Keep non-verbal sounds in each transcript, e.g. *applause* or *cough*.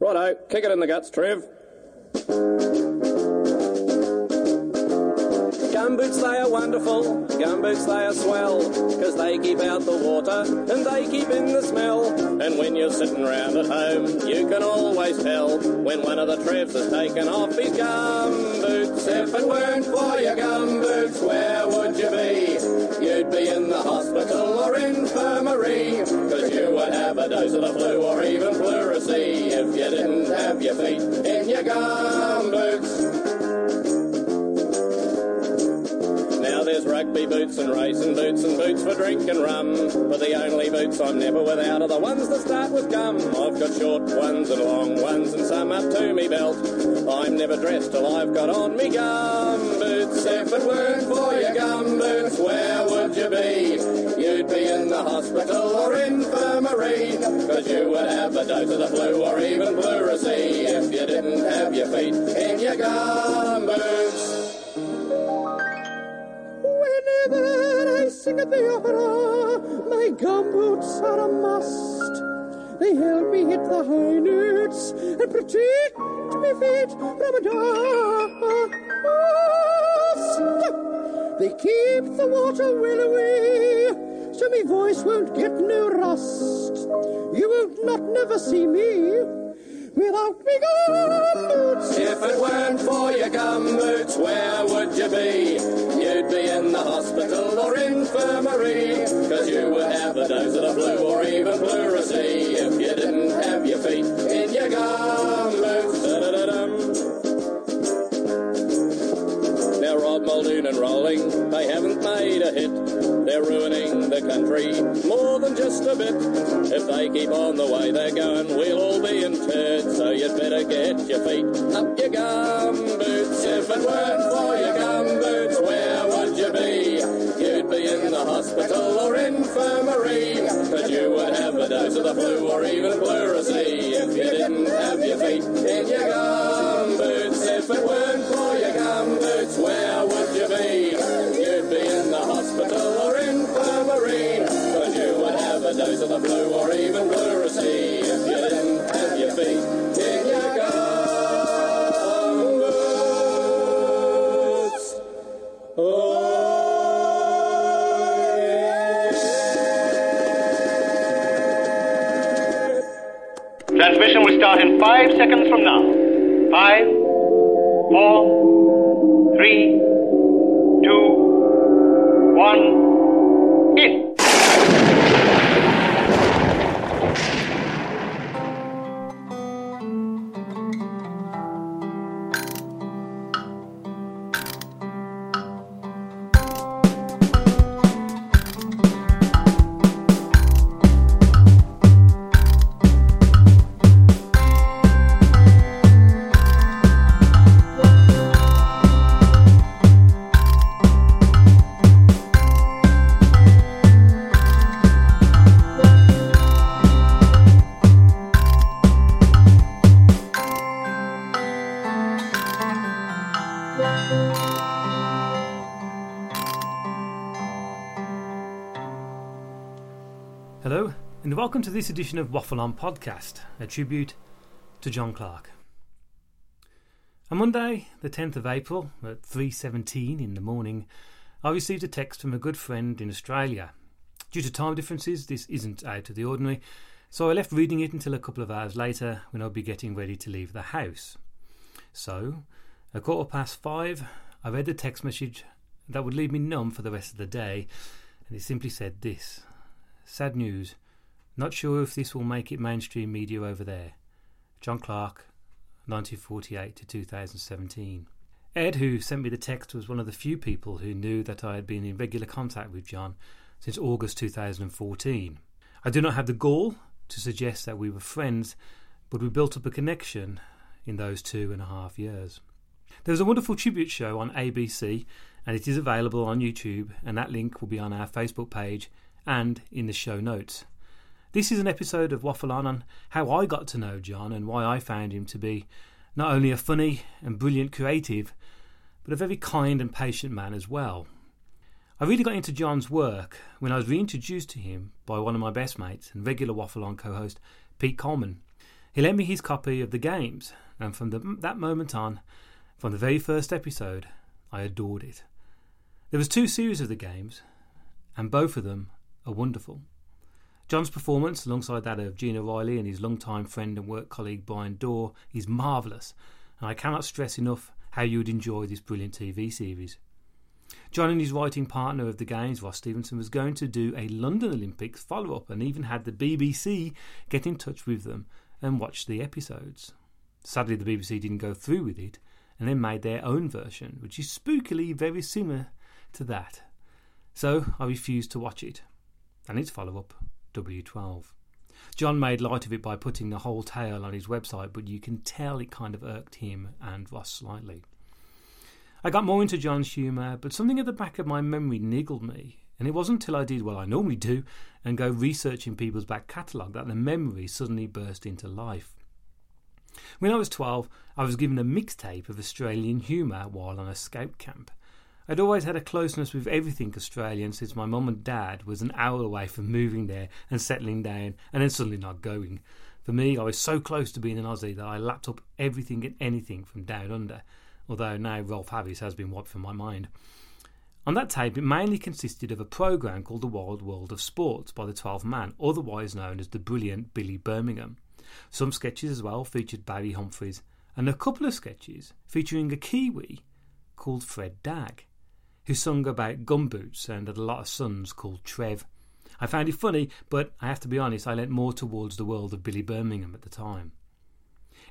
Righto, kick it in the guts, Trev. Gumboots, they are wonderful. Gumboots, they are swell. Because they keep out the water and they keep in the smell. And when you're sitting round at home, you can always tell when one of the Trevs has taken off his gumboots. If it weren't for your gumboots, where would you be? You'd be in the hospital or infirmary. Because you would have a dose of the flu or even pleurisy if you didn't have your feet in your gumboots. Now there's rugby boots and racing boots and boots for drinking rum. But the only boots I'm never without are the ones that start with gum. I've got short ones and long ones and some up to me belt. I'm never dressed till I've got on me gum boots. If it weren't for your gum boots, where would you be? You'd be in the hospital or infirmary. Cause you would have a dose of the flu or even pleurisy if you didn't have your feet in your gum boots. Whenever I sing at the opera, my gumboots are a must. They help me hit the high notes and protect my feet from a dust. They keep the water well away, so my voice won't get no rust. You won't not never see me without me gumboots. If it weren't for your gum boots, where would you be? You'd be in the hospital or infirmary, because you would have a dose of the flu or even pleurisy if you didn't have your feet in your gum boots. Da-da-da-dum. Now Rob Muldoon and Rolling, they haven't made a hit. They're ruining the country more than just a bit. If they keep on the way they're going, we'll all be interred. So you'd better get your feet up your gum boots. If it weren't for your gum boots, where would you be? You'd be in the hospital or infirmary. But you would have a dose of the flu or even pleurisy if you didn't have your feet in your gum boots. If it weren't for your gum boots, where would you be? You'd be in the hospital or infirmary. But you would have a dose of the flu or even pleurisy if you didn't have your feet in your gum boots. Oh, Transmission will start in five seconds from now. Five, four, three, two, one, in. Hello, and welcome to this edition of Waffle On Podcast, a tribute to John Clark. On Monday, the 10th of April, at 3.17 in the morning, I received a text from a good friend in Australia. Due to time differences, this isn't out of the ordinary, so I left reading it until a couple of hours later when I'd be getting ready to leave the house. So, a quarter past five, I read the text message that would leave me numb for the rest of the day, and it simply said this. Sad news. Not sure if this will make it mainstream media over there. John Clark, 1948 to 2017. Ed, who sent me the text, was one of the few people who knew that I had been in regular contact with John since August 2014. I do not have the gall to suggest that we were friends, but we built up a connection in those two and a half years. There was a wonderful tribute show on ABC, and it is available on YouTube, and that link will be on our Facebook page and in the show notes. This is an episode of Waffle On on how I got to know John and why I found him to be not only a funny and brilliant creative, but a very kind and patient man as well. I really got into John's work when I was reintroduced to him by one of my best mates and regular Waffle On co host, Pete Coleman. He lent me his copy of the games, and from the, that moment on, from the very first episode, I adored it. There was two series of the games, and both of them are wonderful. John's performance, alongside that of Gina Riley and his longtime friend and work colleague Brian Dorr, is marvellous, and I cannot stress enough how you would enjoy this brilliant TV series. John and his writing partner of the games, Ross Stevenson, was going to do a London Olympics follow up and even had the BBC get in touch with them and watch the episodes. Sadly, the BBC didn't go through with it and then made their own version, which is spookily very similar to that. So I refused to watch it and its follow up, W12. John made light of it by putting the whole tale on his website, but you can tell it kind of irked him and Ross slightly. I got more into John's humour, but something at the back of my memory niggled me, and it wasn't until I did what I normally do and go researching people's back catalogue that the memory suddenly burst into life. When I was 12, I was given a mixtape of Australian humour while on a scout camp. I'd always had a closeness with everything Australian since my mum and dad was an hour away from moving there and settling down and then suddenly not going. For me, I was so close to being an Aussie that I lapped up everything and anything from down under, although now Rolf Harris has been wiped from my mind. On that tape, it mainly consisted of a programme called The Wild World of Sports by the 12th man, otherwise known as the brilliant Billy Birmingham. Some sketches as well featured Barry Humphries, and a couple of sketches featuring a Kiwi called Fred Dagg who sung about gumboots and had a lot of sons called Trev. I found it funny, but I have to be honest, I leant more towards the world of Billy Birmingham at the time.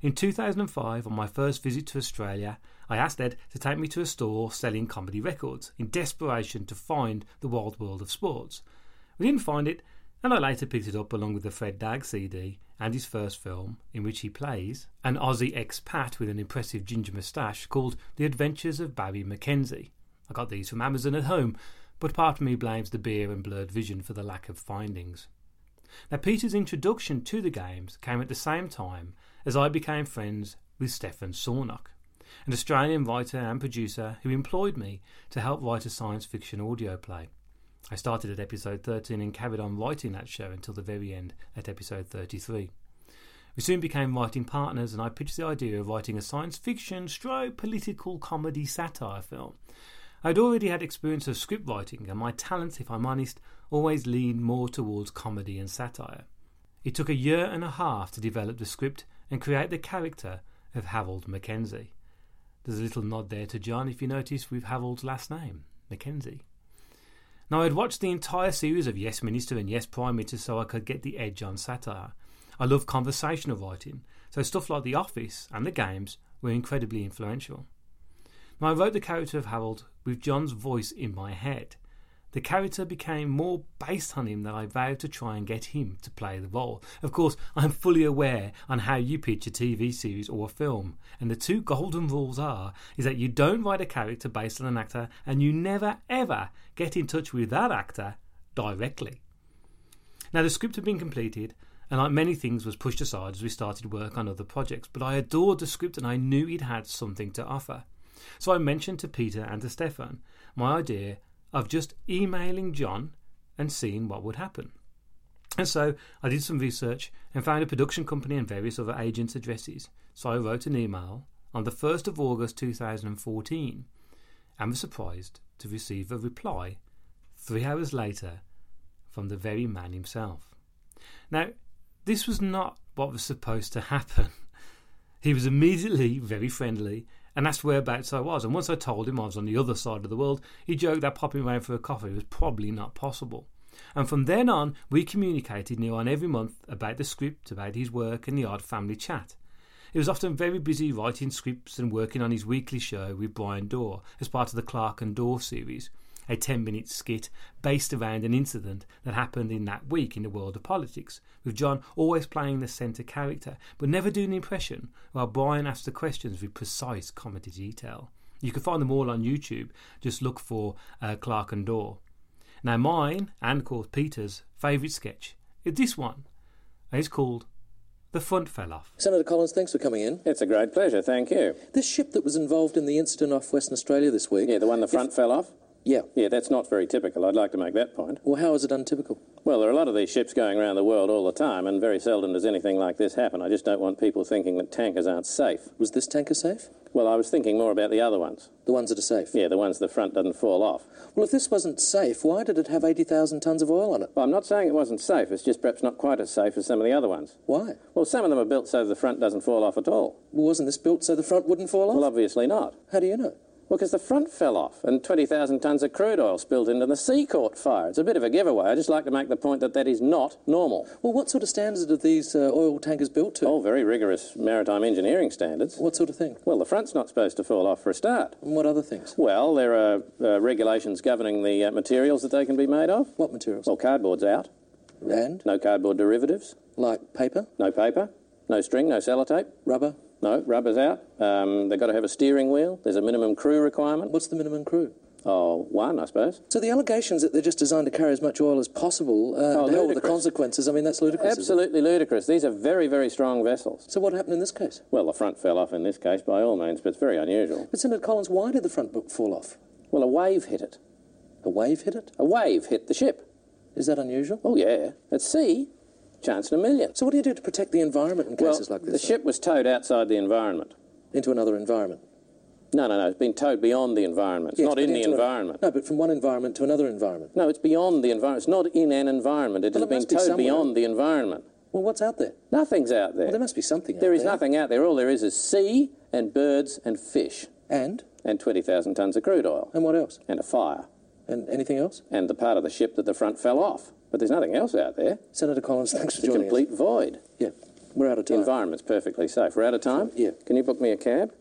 In 2005, on my first visit to Australia, I asked Ed to take me to a store selling comedy records in desperation to find the wild world of sports. We didn't find it, and I later picked it up along with the Fred Dagg CD and his first film, in which he plays an Aussie expat with an impressive ginger moustache called The Adventures of Barry McKenzie. I got these from Amazon at home, but part of me blames the beer and blurred vision for the lack of findings. Now, Peter's introduction to the games came at the same time as I became friends with Stefan Sornock, an Australian writer and producer who employed me to help write a science fiction audio play. I started at episode 13 and carried on writing that show until the very end at episode 33. We soon became writing partners, and I pitched the idea of writing a science fiction, stroke, political comedy satire film. I'd already had experience of script writing, and my talents, if I'm honest, always leaned more towards comedy and satire. It took a year and a half to develop the script and create the character of Harold Mackenzie. There's a little nod there to John if you notice with Harold's last name, Mackenzie. Now, I'd watched the entire series of Yes Minister and Yes Prime Minister so I could get the edge on satire. I love conversational writing, so stuff like The Office and the games were incredibly influential. Now, I wrote the character of Harold with John's voice in my head. The character became more based on him than I vowed to try and get him to play the role. Of course, I'm fully aware on how you pitch a TV series or a film, and the two golden rules are is that you don't write a character based on an actor and you never ever get in touch with that actor directly. Now the script had been completed and like many things was pushed aside as we started work on other projects, but I adored the script and I knew it had something to offer. So I mentioned to Peter and to Stefan my idea of just emailing John and seeing what would happen. And so I did some research and found a production company and various other agents' addresses. So I wrote an email on the 1st of August 2014 and was surprised to receive a reply three hours later from the very man himself. Now, this was not what was supposed to happen. He was immediately very friendly and asked whereabouts I was. And once I told him I was on the other side of the world, he joked that popping round for a coffee was probably not possible. And from then on, we communicated near on every month about the script, about his work, and the odd family chat. He was often very busy writing scripts and working on his weekly show with Brian Dorr as part of the Clark and Dorr series, a 10 minute skit based around an incident that happened in that week in the world of politics, with John always playing the centre character, but never doing the impression, while Brian asked the questions with precise comedy detail. You can find them all on YouTube, just look for uh, Clark and Dorr. Now, mine, and of course Peter's, favourite sketch is this one, and it's called The Front Fell Off. Senator Collins, thanks for coming in. It's a great pleasure, thank you. This ship that was involved in the incident off Western Australia this week. Yeah, the one the front fell off? Yeah. Yeah, that's not very typical. I'd like to make that point. Well, how is it untypical? Well, there are a lot of these ships going around the world all the time, and very seldom does anything like this happen. I just don't want people thinking that tankers aren't safe. Was this tanker safe? Well, I was thinking more about the other ones. The ones that are safe? Yeah, the ones the front doesn't fall off. Well, if this wasn't safe, why did it have 80,000 tons of oil on it? Well, I'm not saying it wasn't safe. It's just perhaps not quite as safe as some of the other ones. Why? Well, some of them are built so the front doesn't fall off at all. Well, wasn't this built so the front wouldn't fall off? Well, obviously not. how do you know? Well, because the front fell off and 20,000 tonnes of crude oil spilled into the sea caught fire. It's a bit of a giveaway. I just like to make the point that that is not normal. Well, what sort of standards are these uh, oil tankers built to? Oh, very rigorous maritime engineering standards. What sort of thing? Well, the front's not supposed to fall off for a start. And what other things? Well, there are uh, regulations governing the uh, materials that they can be made of. What materials? Well, cardboard's out. And? No cardboard derivatives. Like paper, No paper. No string. No sellotape. rubber. No, rubber's out. Um, they've got to have a steering wheel. There's a minimum crew requirement. What's the minimum crew? Oh, one, I suppose. So the allegations that they're just designed to carry as much oil as possible, uh, Oh, and all the ludicrous. consequences, I mean, that's ludicrous. isn't it? Absolutely ludicrous. These are very, very strong vessels. So what happened in this case? Well, the front fell off in this case, by all means, but it's very unusual. But Senator Collins, why did the front book fall off? Well, a wave hit it. A wave hit it? A wave hit the ship. Is that unusual? Oh, yeah. At sea, chance in a million. So what do you do to protect the environment in Well, cases like the this? ship was towed outside the environment. into another environment. No, no, no. It's been towed beyond the environment. It's Yes, not but in the into a- environment. no, but from one environment to another environment. No, it's beyond the environment. It's not in an environment. It Well, has it been must be towed somewhere. beyond the environment. Well, what's out there? Nothing's out there. Well, there must be something. There out is there. nothing out there. All there is is sea and birds and fish And and 20,000 tonnes of crude oil and what else? and a fire And anything else? and the part of the ship that the front fell off. But there's nothing else out there. Senator Collins, thanks for It's a joining complete void. us. Yeah, we're out of The time. environment's perfectly safe. We're out of time? Yeah. Can you book me a cab?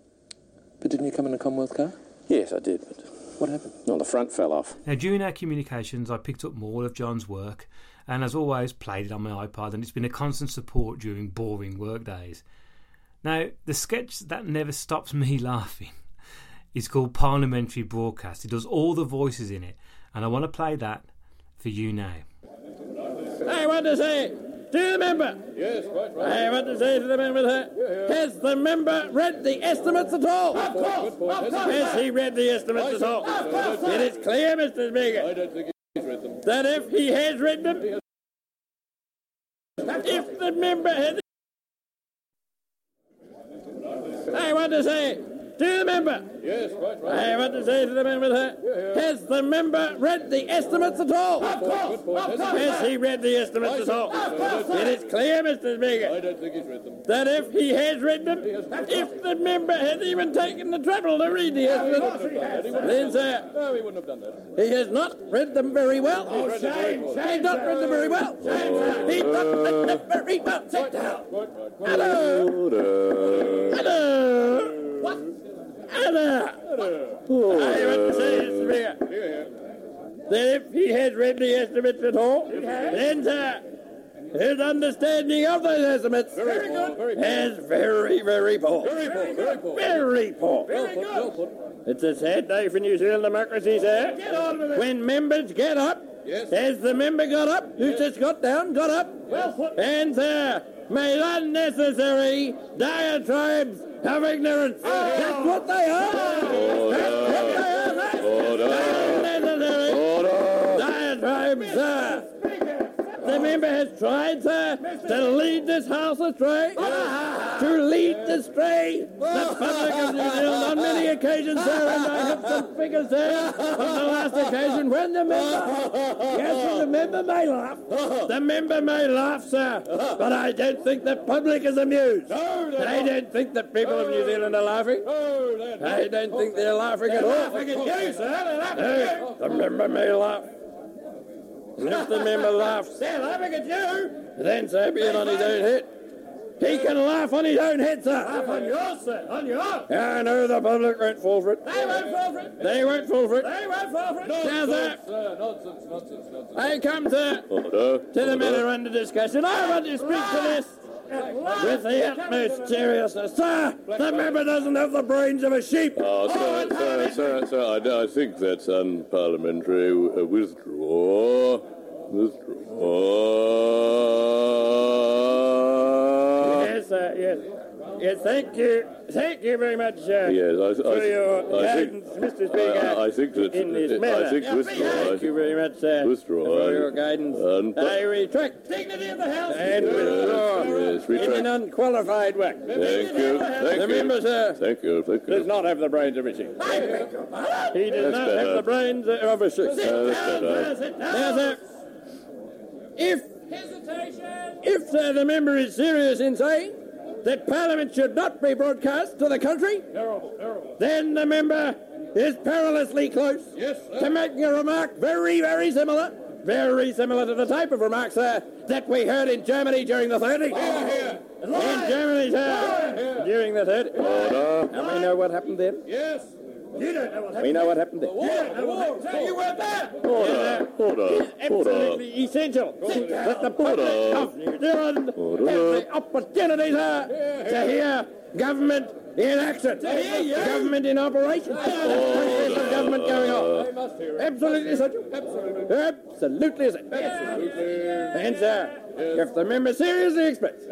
but didn't you come in a Commonwealth car? Yes, I did, but What happened? well, the front fell off. Now, during our communications, I picked up more of John's work and, as always, played it on my iPod, and it's been a constant support during boring work days. Now, the sketch that never stops me *laughs* laughing is called Parliamentary Broadcast. It does all the voices in it, and I want to play that for you now. I want to say to the member. Yes, quite right. I want to say to the member that has the member read the estimates at all? Of course, Has he read the estimates at all? It is clear, Mr. Speaker. I don't think he's read them. That if he has read them, if the member has. I want to say to the member. Yes, quite right. I want to say to the member that has the member read the estimates at all? Of course, Has he read the estimates at all? It is clear, Mr. Speaker. I don't think he's read them. That if he has read them, if the member has even taken the trouble to read the estimates, then sir, no, he wouldn't have done that. He has not read them very well. Oh, shame, shame. He's not read them very well. Shame, He's not read them very well. Sit down. Hello. Hello. What? Hello. I would say it's rare. Then if he has read the estimates at all, then sir, his understanding of those estimates very good, is very, very poor. Very poor, very poor. Very poor. It's a sad day for New Zealand democracy, sir. When members get up, as the member got up, who just got down, got up, and sir, made unnecessary diatribes of ignorance. That's what they are. That's what they are. That's unnecessary diatribes, sir. The member has tried, sir, to lead this house astray, to lead astray the public of New Zealand on many occasions, sir, and I have some figures, sir, on the last occasion when the member, yes, the member may laugh, the member may laugh, sir, but I don't think the public is amused. I don't think the people of New Zealand are laughing. I don't think Oh, they're laughing at all. No, The member may laugh. And if the member *laughs* laughs, they're laughing at you. Then sir, be it on his own head. He can laugh on his own head, sir. Laugh on yours, sir. On yours. I know the public won't fall for it. They won't fall for it. They won't fall for it. They won't fall for it. Now, sir. I come, sir, to the matter under discussion. I want to speak to this with the utmost seriousness. Sir, the member doesn't have the brains of a sheep. Oh, sir, sir, sir, sir, I, I think that's unparliamentary. Uh, Withdraw. Withdraw. Yes, sir, yes. Yes, thank you. Thank you very much, uh, Yes, I, I, for your I uh, guidance, Mr. Speaker. I, I think that uh, in this matter. I think withdraw. I Thank you very much, sir. Withdraw. For your guidance. And- uh, I retract dignity of the House. And withdraw. yes, retract. In an unqualified way. Thank you. Thank the you. member, sir, Thank you. Thank you. does not have the brains of a sheep. He does That's not better. have the brains of a sheep. Uh, that's better. Now, sir, if if sir, the member is serious in saying that Parliament should not be broadcast to the country, then the member is perilously close to making a remark very, very similar, very similar to the type of remarks, sir, that we heard in Germany during the 30s. In Germany, sir, during the 30s. Order. And we know what happened then? Yes. You don't know what happened. We know what happened then. You were there. Order. Order. Order. Absolutely essential that the public Order. of New Zealand Order. has the opportunity sir, to hear government in action, government in operation, process of government going on. Absolutely essential. Absolutely essential. And sir, if the member seriously expects,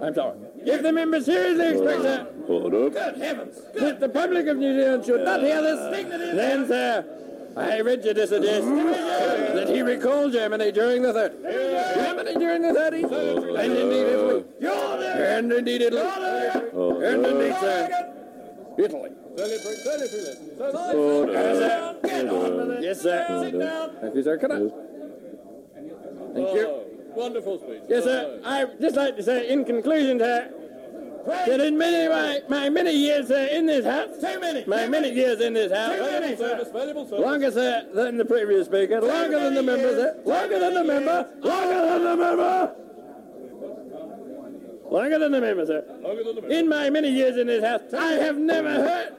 I'm sorry, if the member seriously expects that Order. that the public of New Zealand should not hear this. Then, sir, I venture to suggest that he recall Germany during the 30s. Germany during the 30s. And indeed Italy. And indeed Italy. And indeed, sir, Italy. Order. Yes, sir. Thank you, sir. Can I? Thank you. Wonderful speech. Yes, sir. I would just like to say, in conclusion, sir, that in many of my, my many years uh, in this house, too many, my many years in this house, Valuable service. Longer sir, than the previous speaker. Longer than the eh? member. Sir. Longer than the member. Longer than the member. Longer than the member, sir. Longer than the In my many years in this house, I have never heard.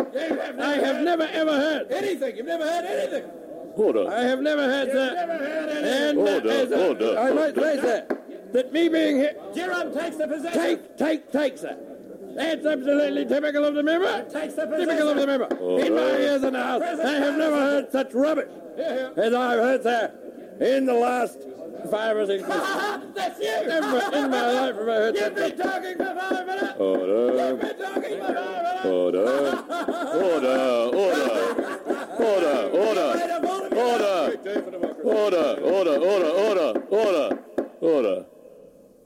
I have never ever heard. Anything. You've never heard anything. I Order. have never heard, sir. And uh, Order, as, uh, order, I might order. say, sir, that me being here. Jerome takes the possession. Take, take, take, sir. That's absolutely typical of the member. Takes the typical of the member. In my Order. years in the House, I have never heard such rubbish as I've heard, sir, in the last five or *laughs* six minutes. That's you! Never in my life have I heard You've been talking for five minutes! Order. been talking for five minutes! Order. Order. Order. Order. Order. Order. Order, order, order, order, order, order.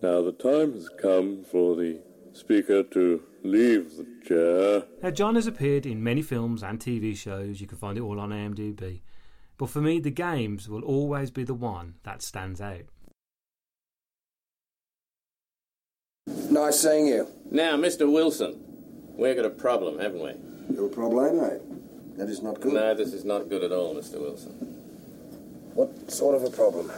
Now the time has come for the speaker to leave the chair. Now, John has appeared in many films and TV shows. You can find it all on IMDb. But for me, the games will always be the one that stands out. Nice seeing you. Now, Mr. Wilson, we've got a problem, haven't we? Your problemo. That is not good. No, this is not good at all, Mr. Wilson. What sort of a problem?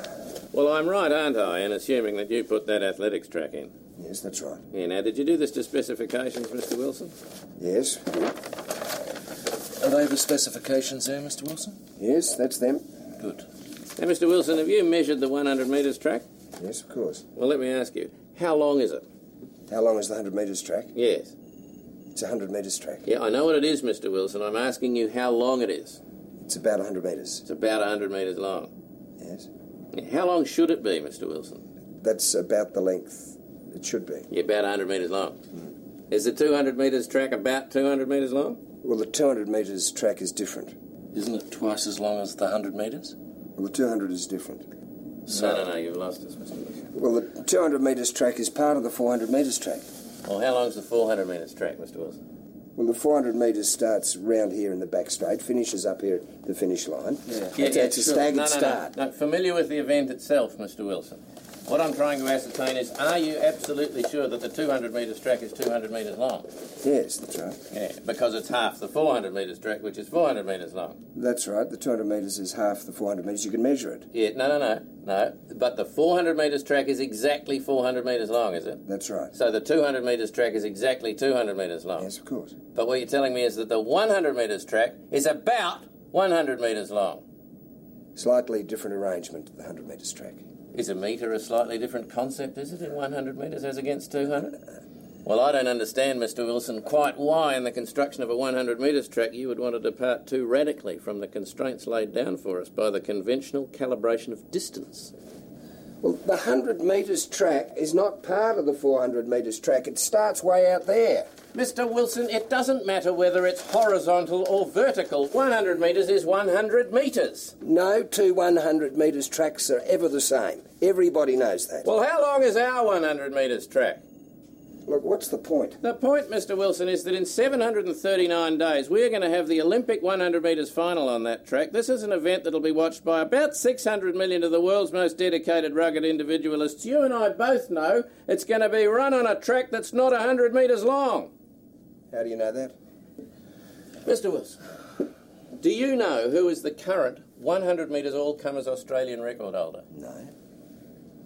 Well, I'm right, aren't I, in assuming that you put that athletics track in? Yes, that's right. Yeah, now, did you do this to specifications, Mr. Wilson? Yes. Are they the specifications there, Mr. Wilson? Yes, that's them. Good. Now, Mr. Wilson, have you measured the 100 metres track? Yes, of course. Well, let me ask you, how long is it? How long is the 100 metres track? Yes. It's a 100 metres track. Yeah, I know what it is, Mr. Wilson. I'm asking you how long it is. It's about 100 metres. It's about 100 metres long. Yes. Yeah, How long should it be, Mr. Wilson? That's about the length it should be. Yeah, about 100 metres long. Is the 200 metres track about 200 metres long? Well, the 200 metres track is different. Isn't it twice as long as the 100 metres? Well, the 200 is different. No, no, no, you've lost us, Mr. Wilson. Well, the 200 metres track is part of the 400 metres track. Well, how long's the 400 metres track, Mr. Wilson? Well, the 400 metres starts round here in the back straight, finishes up here at the finish line. Yeah. It's, it's a staggered no, no, start. No, no, familiar with the event itself, Mr. Wilson. What I'm trying to ascertain is, are you absolutely sure that the 200 metres track is 200 metres long? Yes, that's right. Yeah, because it's half the 400 metres track, which is 400 metres long. That's right. The 200 metres is half the 400 metres. You can measure it. Yeah, no, no, no, no. But the 400 metres track is exactly 400 metres long, is it? That's right. So the 200 metres track is exactly 200 metres long. Yes, of course. But what you're telling me is that the 100 metres track is about 100 metres long. Slightly different arrangement to the 100 metres track. Is a metre a slightly different concept, is it, in 100 metres as against 200? Well, I don't understand, Mr. Wilson, quite why in the construction of a 100 metres track you would want to depart too radically from the constraints laid down for us by the conventional calibration of distance. Well, the 100 metres track is not part of the 400 metres track. It starts way out there. Mr. Wilson, it doesn't matter whether it's horizontal or vertical. 100 metres is 100 metres. No two 100 metres tracks are ever the same. Everybody knows that. Well, how long is our 100 metres track? Look, what's the point? The point, Mr. Wilson, is that in 739 days, we're going to have the Olympic 100 metres final on that track. This is an event that'll be watched by about 600 million of the world's most dedicated rugged individualists. You and I both know it's going to be run on a track that's not 100 metres long. How do you know that? Mr. Wilson, do you know who is the current 100 metres all comers Australian record holder? No.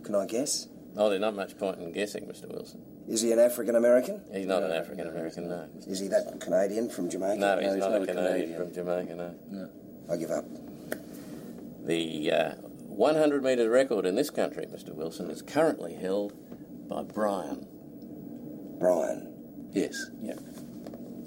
Can I guess? Oh, there's not much point in guessing, Mr. Wilson. Is he an African American? He's not an African American, no. Is he that Canadian from Jamaica? No, he's, not, a Canadian, from Jamaica, no. I give up. The uh, 100 metre record in this country, Mr. Wilson, is currently held by Brian. Brian, Yes. Yeah.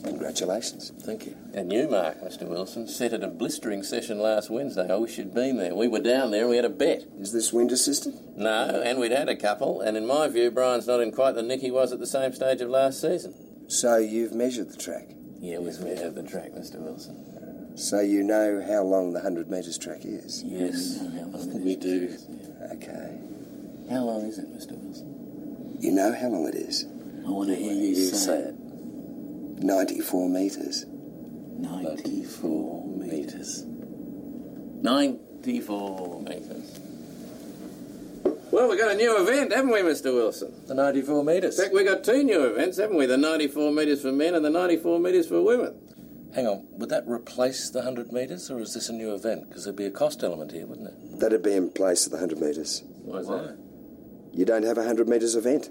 congratulations. Thank you. And Newmark, Mr. Wilson, set at a blistering session last Wednesday. I wish you'd been there. We were down there and we had a bet. Is this wind assisted? No, and we'd had a couple, and in my view, Brian's not in quite the nick he was at the same stage of last season. So you've measured the track. Yeah, we've measured the track, Mr. Wilson. So you know how long the 100 metres track is. Yes. We do. Okay. How long is it, Mr. Wilson? You know how long it is? I want to hear you say it. 94 metres. 94 metres. 94 metres. Well, we've got a new event, haven't we, Mr. Wilson? The 94 metres. In fact, we've got two new events, haven't we? The 94 metres for men and the 94 metres for women. Hang on, would that replace the 100 metres or is this a new event? Because there'd be a cost element here, wouldn't it? That'd be in place of the 100 metres. Why is that? You don't have a 100 metres event.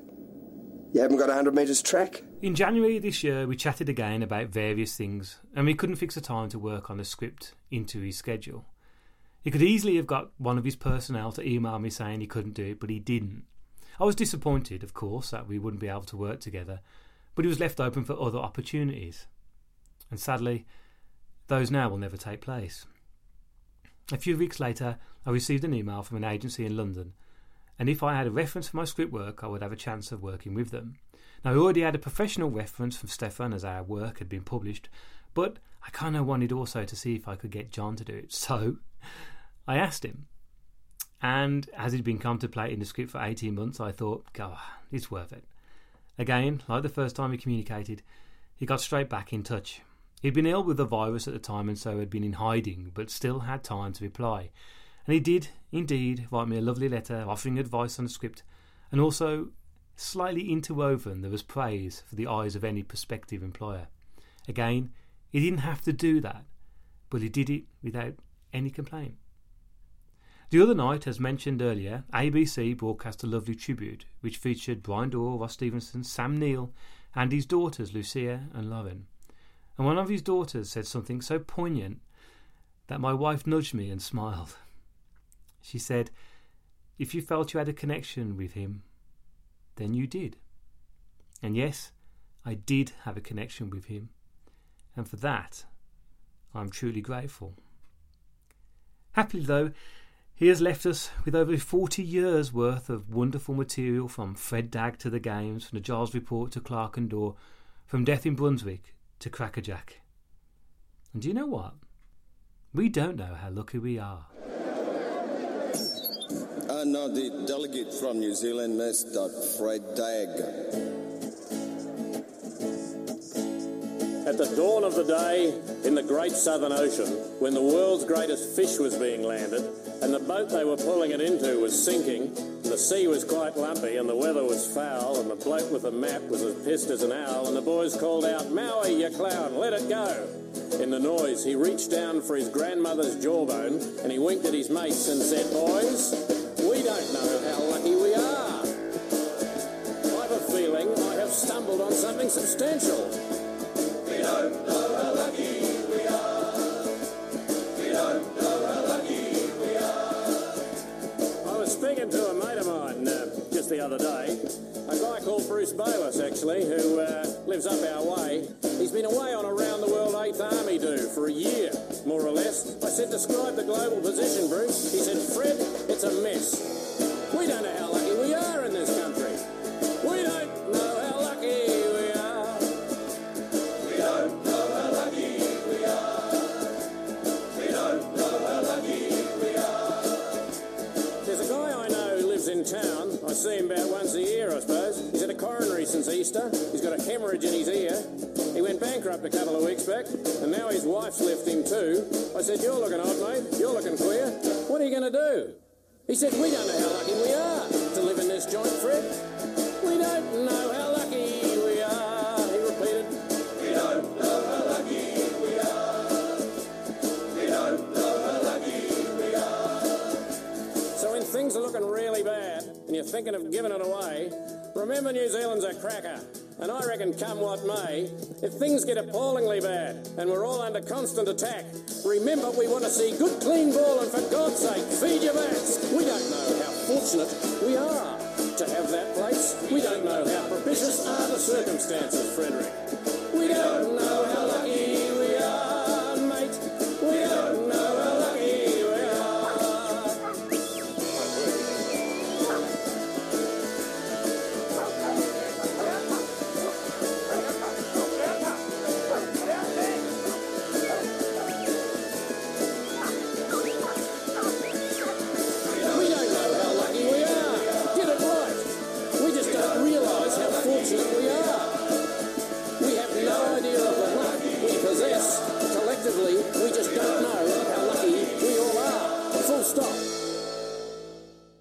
You haven't got a 100 metres track. In January this year, we chatted again about various things, and we couldn't fix a time to work on the script into his schedule. He could easily have got one of his personnel to email me saying he couldn't do it, but he didn't. I was disappointed, of course, that we wouldn't be able to work together, but he was left open for other opportunities. And sadly, those now will never take place. A few weeks later, I received an email from an agency in London, and if I had a reference for my script work, I would have a chance of working with them. Now, I already had a professional reference from Stefan as our work had been published, but I kind of wanted also to see if I could get John to do it. *laughs* So I asked him. And as he'd been contemplating the script for 18 months, I thought, God, it's worth it. Again, like the first time he communicated, he got straight back in touch. He'd been ill with the virus at the time and so had been in hiding, but still had time to reply. And he did, indeed, write me a lovely letter offering advice on the script and also slightly interwoven there was praise for the eyes of any prospective employer. Again, he didn't have to do that, but he did it without any complaint. The other night, as mentioned earlier, ABC broadcast a lovely tribute which featured Brian Dorr, Ross Stevenson, Sam Neill, and his daughters Lucia and Lauren. And one of his daughters said something so poignant that my wife nudged me and *laughs* smiled. She said, If you felt you had a connection with him, then you did. And yes, I did have a connection with him, and for that, I'm truly grateful. Happily, though, he has left us with over 40 years' worth of wonderful material from Fred Dagg to the Games, from the Giles Report to Clark and Dorr, from Death in Brunswick to Crackerjack. And do you know what? We don't know how lucky we are. Uh, no, the delegate from New Zealand, Mr. Fred Dagg. At the dawn of the day in the great southern ocean, when the world's greatest fish was being landed, and the boat they were pulling it into was sinking, and the sea was quite lumpy, and the weather was foul, and the bloke with the map was as pissed as an owl, and the boys called out, Maui, you clown, let it go! In the noise, he reached down for his grandmother's jawbone, and he winked at his mates and said, Boys, we don't know how lucky we are. I have a feeling I have stumbled on something substantial. I was speaking to a mate of mine uh, just the other day, a guy called Bruce Bayliss, actually, who uh, lives up our way. He's been away on a round the world Eighth Army do for a year, more or less. I said, Describe the global position, Bruce. He said, Fred, it's a mess. We We don't know how lucky we are in this country. We don't know how lucky we are. We don't know how lucky we are. We don't know how lucky we are. There's a guy I know who lives in town. I see him about once a year, I suppose. He's had a coronary since Easter. He's got a hemorrhage in his ear. He went bankrupt a couple of weeks back, and now his wife's left him too. I said, You're looking odd, mate. You're looking queer. What are you going to do? He said, We don't know how lucky we are to live in this joint, Fred. We don't know how lucky we are, he repeated. We don't know how lucky we are. We don't know how lucky we are. So when things are looking really bad and you're thinking of giving it away, remember New Zealand's a cracker. And I reckon, come what may, if things get appallingly bad and we're all under constant attack, remember we want to see good, clean ball and for God's sake, feed your bats. We don't know how fortunate we are to have that place. We don't know how propitious are the circumstances, Frederick. We don't know how lucky we are, mate. We don't know how lucky we are. We don't know how lucky we are. Get it right. We just don't realise how fortunate we are. We have no idea of the luck we possess. Collectively, we just don't know